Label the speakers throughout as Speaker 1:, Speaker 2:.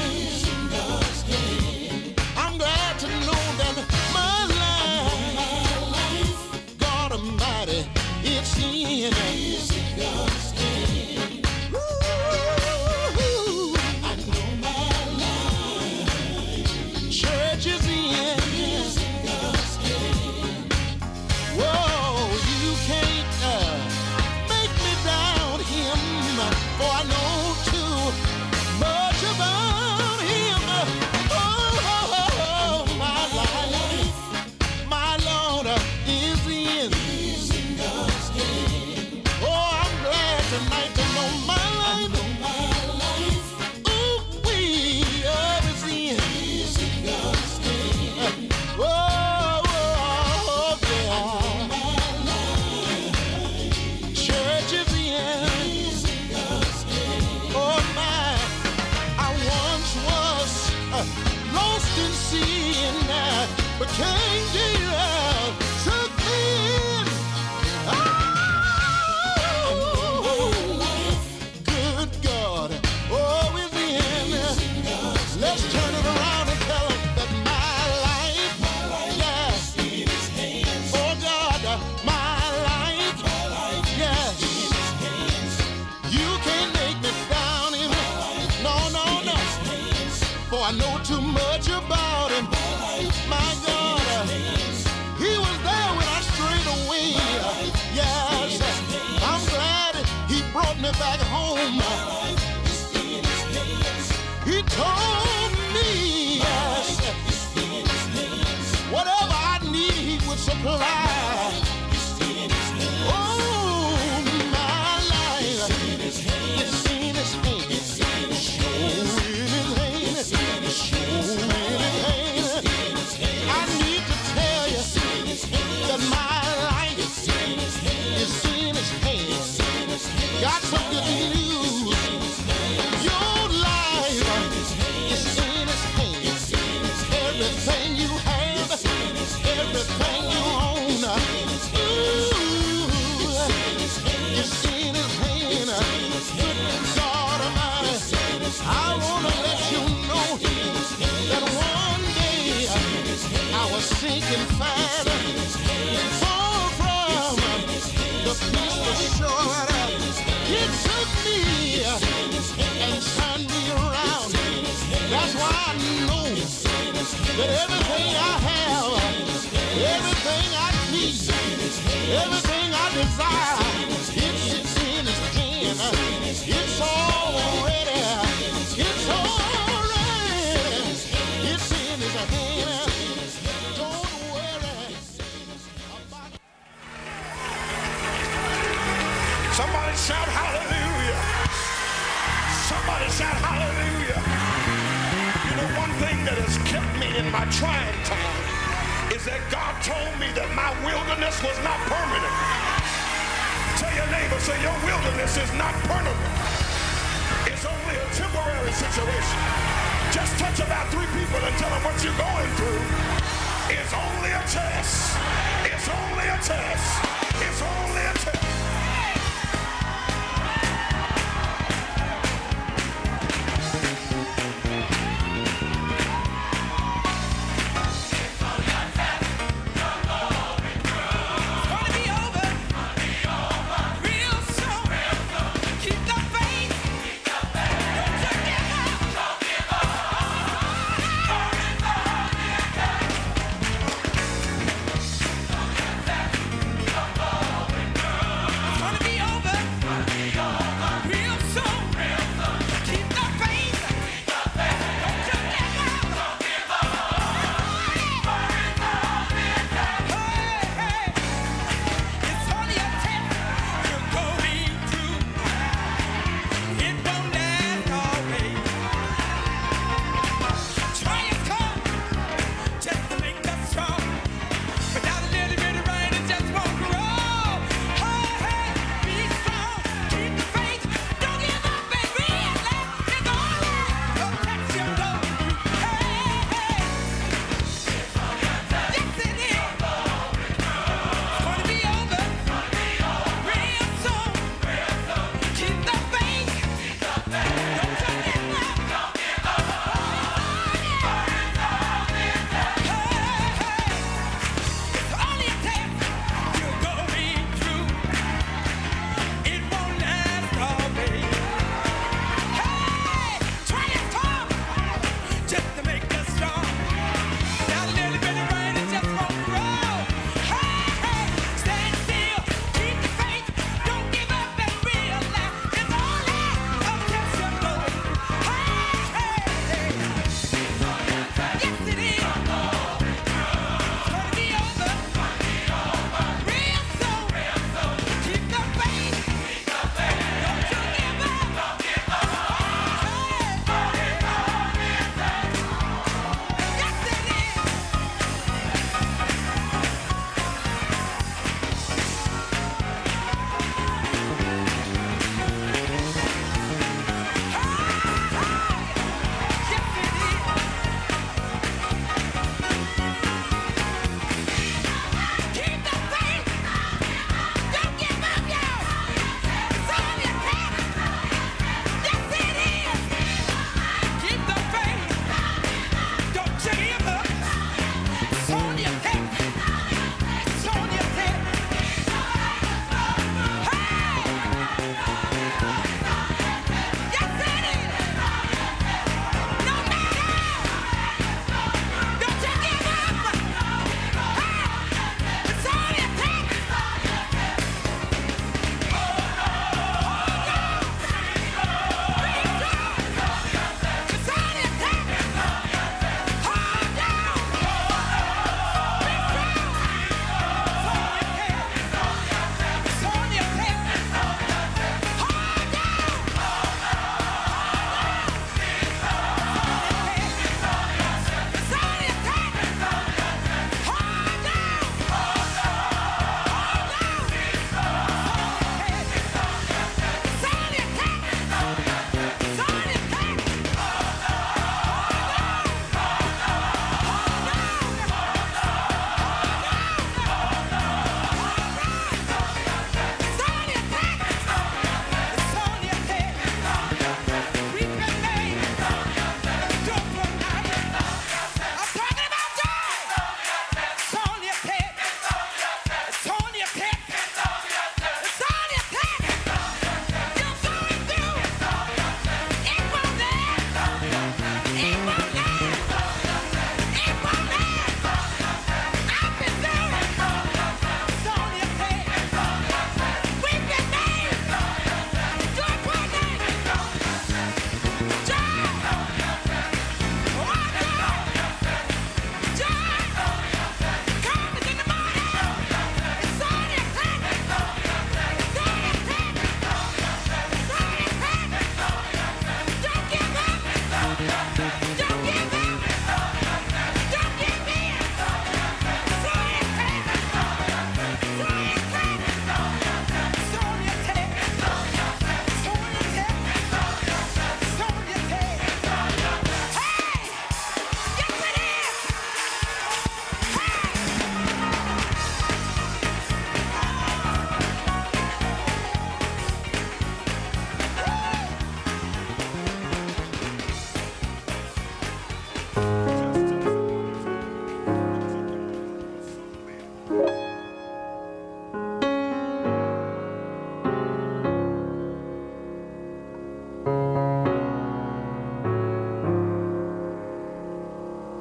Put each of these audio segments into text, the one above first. Speaker 1: Oh, Mm-hmm. Oh, uh, Oh, uh, Oh, lost in sin that became dear. Something. Oh, good God. Oh, we're in. Let's turn it around and tell 'em that my life, yes. Oh, God, my life, yes. You can't make me down him. No, no, no. For I know too much about him. My God. He was there when I strayed away. Yes. I'm glad he brought me back home. He told me, yes. Whatever I need, he would supply. Oh, my life. It's in his hand. It's in his hand. Oh, in his hand. It's in his hand. Oh, in his hand. I need to tell you that my life is in his hands. Got some good news. Your life is in his hands. Everything you have, everything you own, ooh, is in his hand. Good God Almighty, I wanna let you know that one day. I was sinking fast, far from the peaceful shore. He took me and turned me around. That's why I know that everything I have, everything I need, everything I desire, it's, it's in His hand. It's already, it's already, it's in His hand. Don't worry.
Speaker 2: Somebody shout hallelujah. Somebody shout hallelujah. You know, one thing that has kept me in my trying time is that God told me that my wilderness was not permanent. Tell your neighbor, say your wilderness is not permanent. It's only a temporary situation. Just touch about three people and tell them what you're going through. It's only a test. It's only a test. It's only a test.
Speaker 3: Gonna be over real soon. Keep the faith. Don't give up. Don't give up.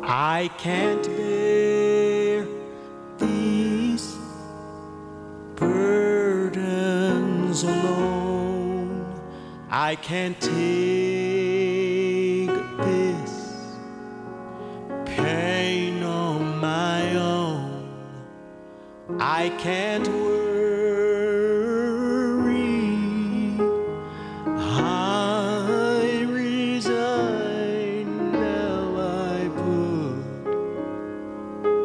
Speaker 4: I can't bear these burdens alone. I can't take this pain on my own. I can't worry. I resign now. I put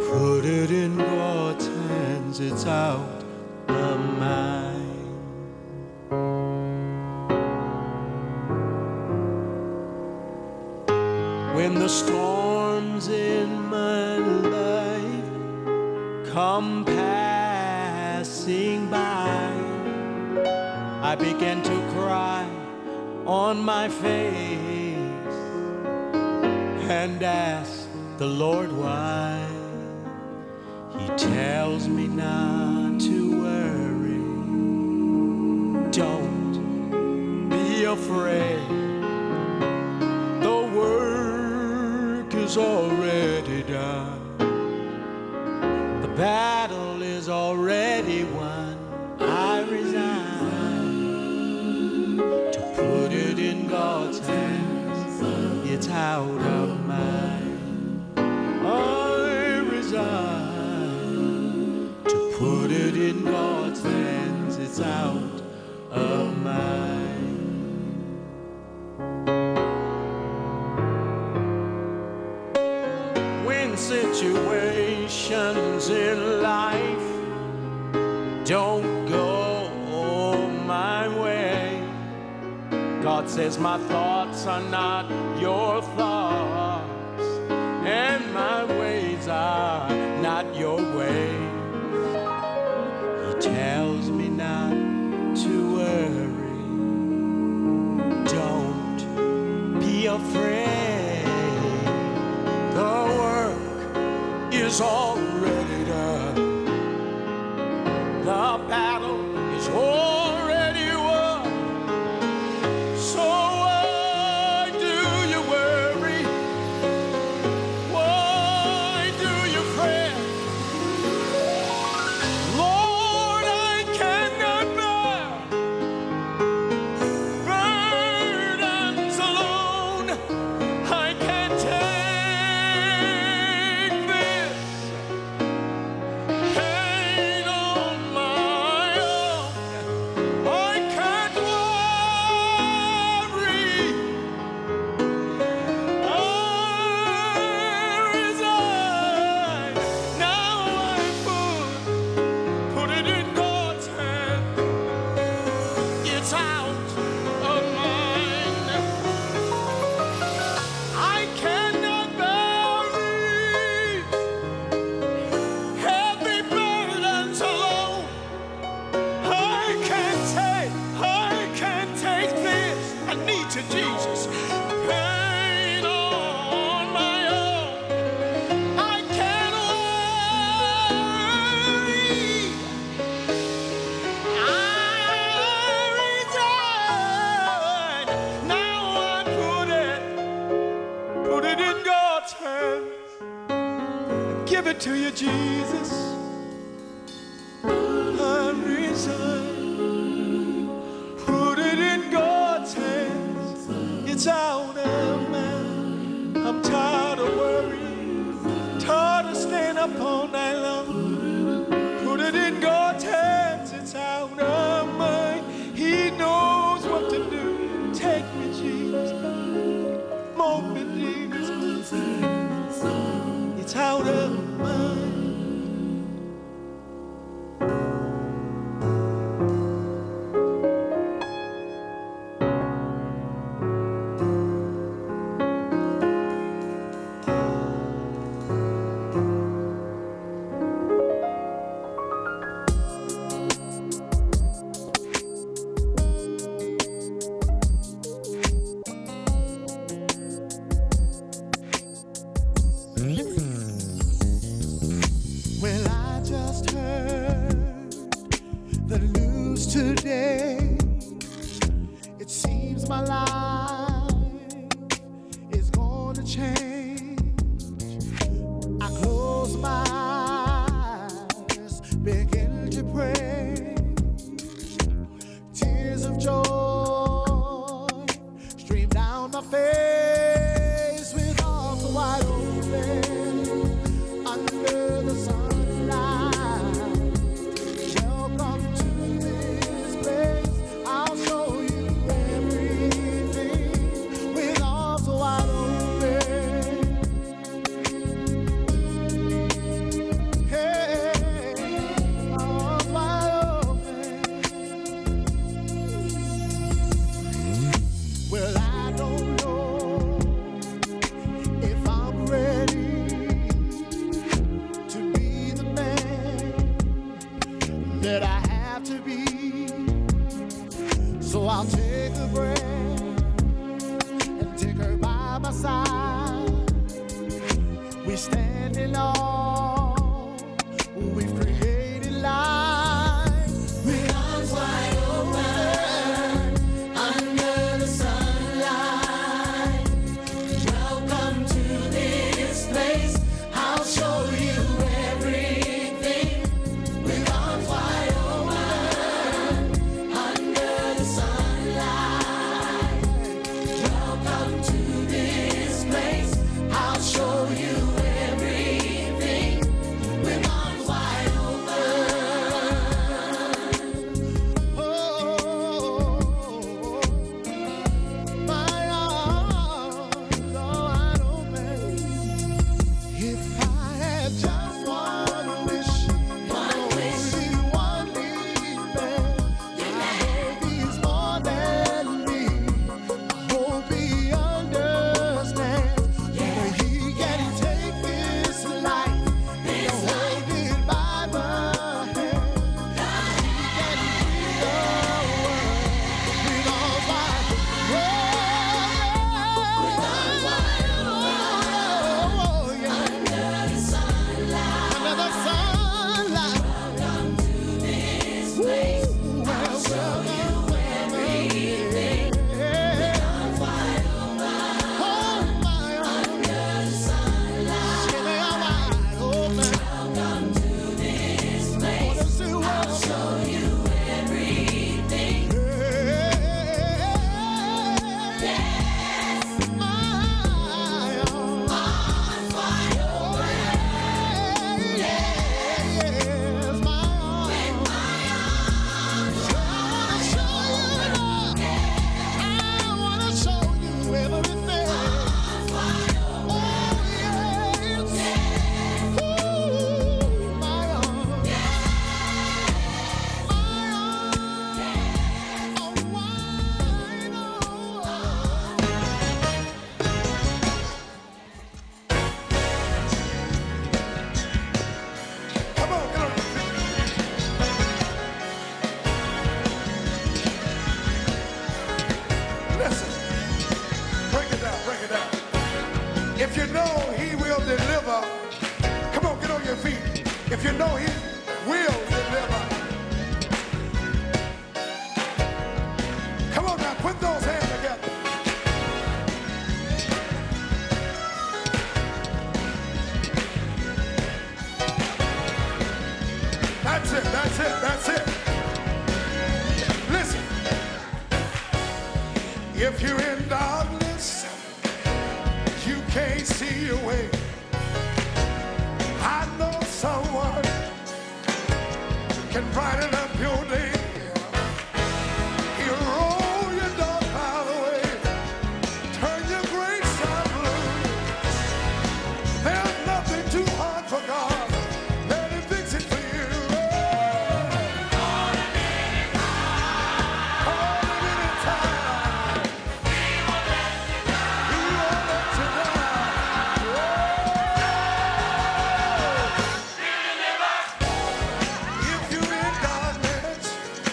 Speaker 4: put it in God's hands. It's out of mine. When the storms in my life come passing by. I began to cry on my face and ask the Lord why. He tells me not to worry. Don't be afraid. The work is already done. The battle is already won. I resign to put it in God's hands. It's out of mine. I resign to put it in God's hands. It's out of mine. When situations in life don't go my way. God says, My thoughts are not your thoughts, and my ways are not your ways. He tells me not to worry, don't be afraid. The work is already done. The battle is already won. So why do you worry? Why do you fret? Lord, I cannot bear burdens alone. I can't take this pain on my own. I can't worry. I resign. Now I put, put it in God's hand. It's out of mine. I cannot bear it. heavy burdens alone. I can't take, I can't take this. I need to Jesus. Pain on my own. I can't worry. I resign. Now I put it, put it in God's hands. Give it to you, Jesus. I resign. Put it in God's hands. It's out of mine. I'm tired of worrying. Tired of staying up all night long. Put it in God's hands. It's out of mine. He knows what to do. Take me, Jesus. Mold me, Jesus. It's out of mine.
Speaker 1: we stand in awe. We've created life with arms wide open under the sunlight. Welcome to this place. I'll show you everything with arms wide open under the sunlight. Welcome to this place. I'll show you everything with arms wide open. Oh, my arms are wide open. If I had just one wish, one wish, only one need, I hope he's more than me. Hope he understands that he can take this life and hold it by the hand. He can free the world with arms wide open. Under the sunlight, under the sunlight. Oh, I'll show you everything. Oh my, under the sunlight. Welcome to this place. I'll show you everything. Yes, my arms wide open. Yes, my arms.
Speaker 5: Come on, come on. Listen, break it down, break it down. If you know he will deliver, come on, get on your feet. If you know he will deliver, come on now, put those hands together. That's it, that's it, that's it. Listen, if you're in darkness, you can't see your way. I know someone can brighten up your day. He'll roll your dark cloud away, turn your gray sky blue. There's nothing too hard for God. Let him fix it for you. Call him anytime. He won't let you down. If you're in doubt,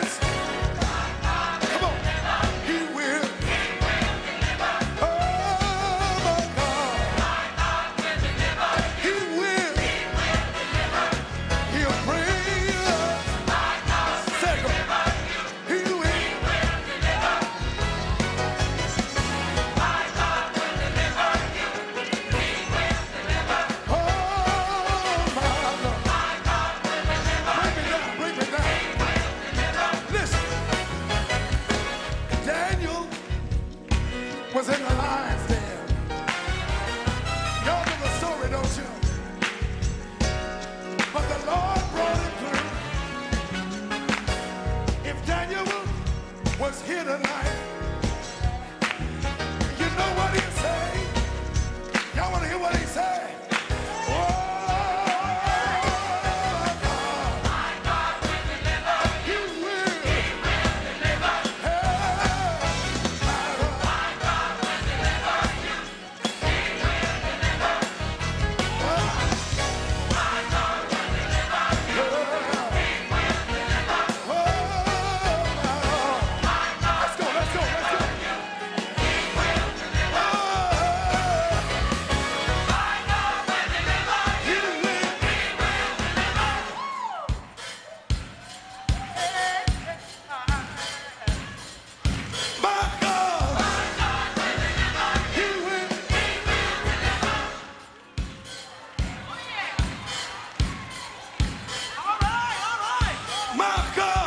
Speaker 5: Oh,
Speaker 2: was in the lion's den. Y'all know the story, don't you? But the Lord brought him through. If Daniel was here tonight, you know what he say? Y'all want to hear what he say? Oh, God. He will. Hey. Let's go, let's go, let's go.
Speaker 5: All right, all right.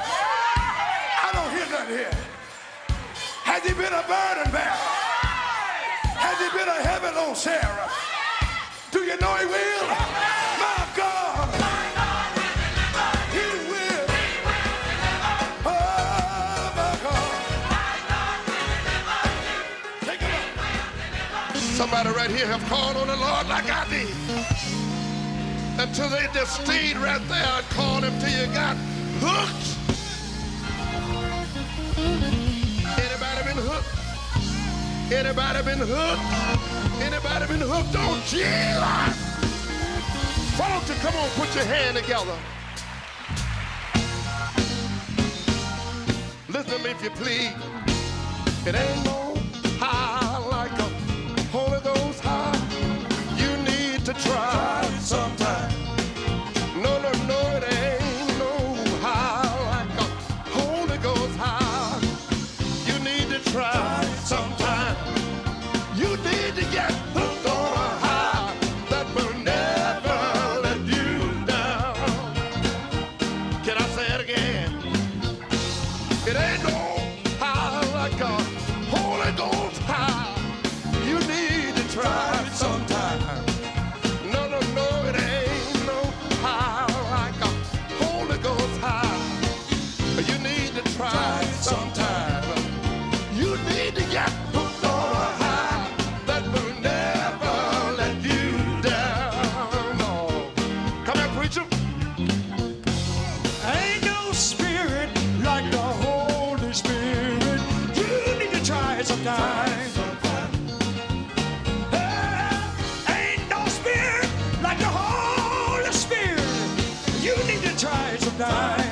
Speaker 2: I don't hear nothing here. Has he been a burden bearer? Has he been a heaven on Sarah? Do you know he will? My God. He will. Oh, my God. Take him up. Somebody right here have called on the Lord like I did. Until they just stayed right there and called him till you got hooked. Anybody been hooked? Anybody been hooked? Anybody been hooked on Jesus? Why don't you come on, put your hand together? Listen to me if you please. It ain't no high like a Holy Ghost high. You need to try it sometime. No, no, no, it ain't no high like a Holy Ghost high. You need to try it sometime. You need to get hooked on a high that will never let you down. Can I say it again? It ain't no high like a Holy Ghost high. You need to try it sometime. No, no, no, it ain't no high like a Holy Ghost high. You need to try it sometime. You need to get hooked on a high that will never let you down. No. Come here, preacher.
Speaker 6: Ain't no spirit like the Holy Spirit. You need to try it sometime. Hey, Ain't no spirit like the Holy Spirit. You need to try it sometime.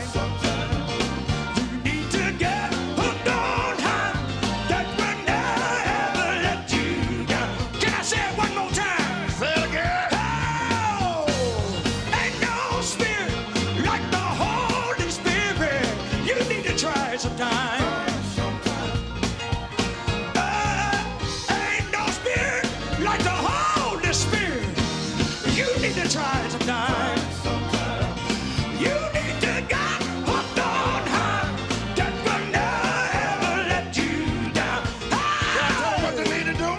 Speaker 6: You need to get hooked on high. That will never let you down. Can I say it one more time?
Speaker 2: Say it again.
Speaker 6: Ain't no spirit like the Holy Spirit. You need to try it sometime. Uh, ain't no spirit like the Holy Spirit. You need to try it sometime. You need to get hooked on high. That will never let you down.
Speaker 2: I tell you
Speaker 6: Oh,
Speaker 2: what you need to do.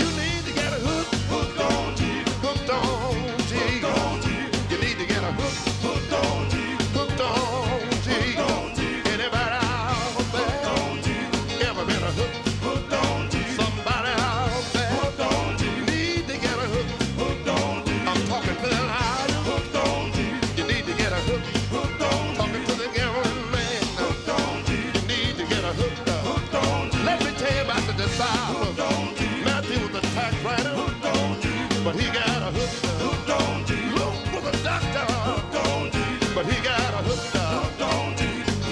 Speaker 2: You need to get a hook, hooked on Jesus. Hooked on Jesus. Hooked on Jesus. You need to get a hook, hooked on Jesus. Hooked on Jesus. Hooked on Jesus. Anybody out there? Hooked on Jesus. Ever been a hook? Hooked on Jesus. Somebody out there? Hooked on Jesus. Need to get a hook, hooked on Jesus. I'm talking to the lion. Hooked on Jesus. You need to get a hook, hooked on Jesus. Talking to the gambling man. Hooked on Jesus. You need to get a hook, hooked on Jesus. Let me tell you about the disciples. Matthew was a tax writer, but he got a hook. Luke was a doctor, but he got a hook.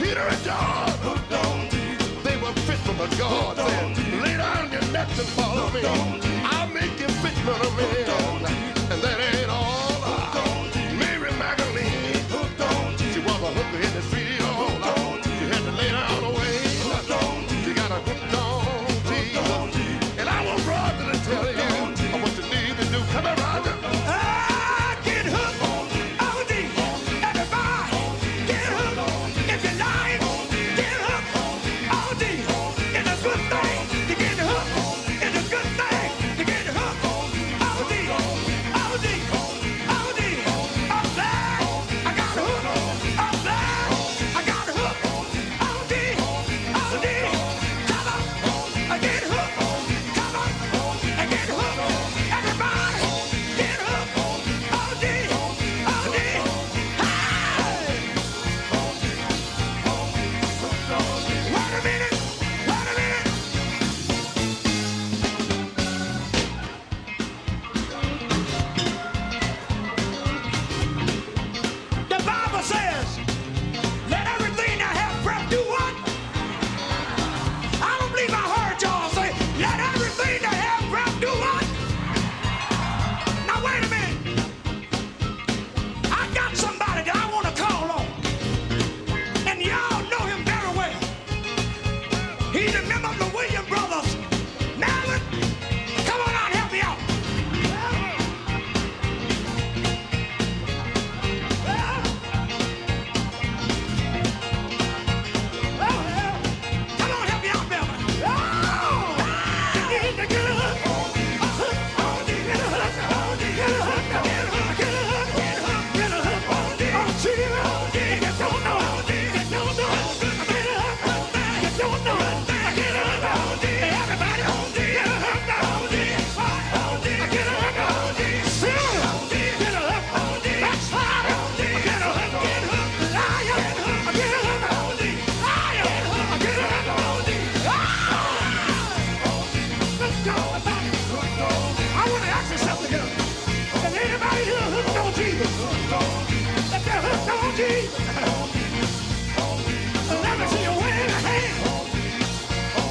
Speaker 2: Peter and John, they were fishermen, but God said, lay down your nets and follow me. I'll make you fishermen of men. And that ain't all. Mary Magdalene, she was a hooker in the field. She had to lay down away. She got a hooked on Jesus.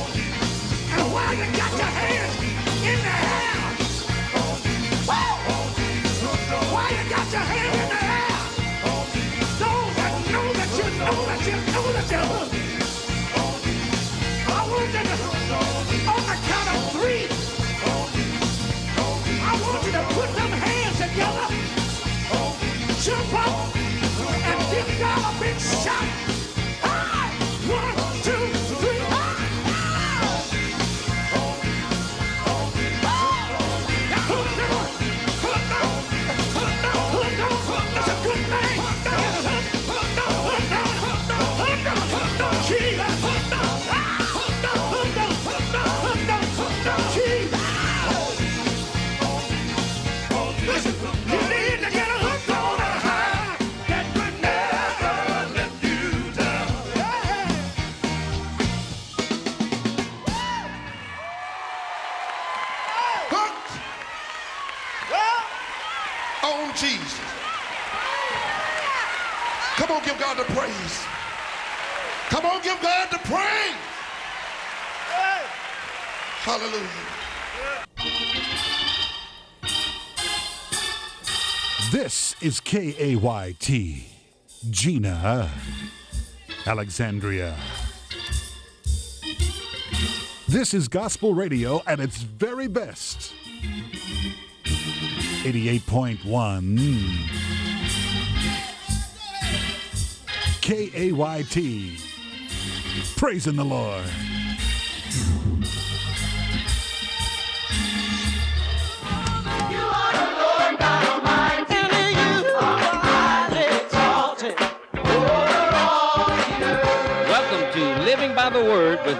Speaker 7: now you got your hands in the air. Woo! Why you got your hands in the air? Those that know that you know that you know that you I want you to, on the count of three, I want you to put them hands together, jump up, and give God a big shout. Hey! One, two, three, hey! on Jesus. Come on, give God the praise. Come on, give God the praise. Hallelujah.
Speaker 2: This is KAYT. Gina. Alexandria. This is gospel radio at its very best. 88.1. KAYT. Praising the Lord.
Speaker 8: Welcome to Living by the Word with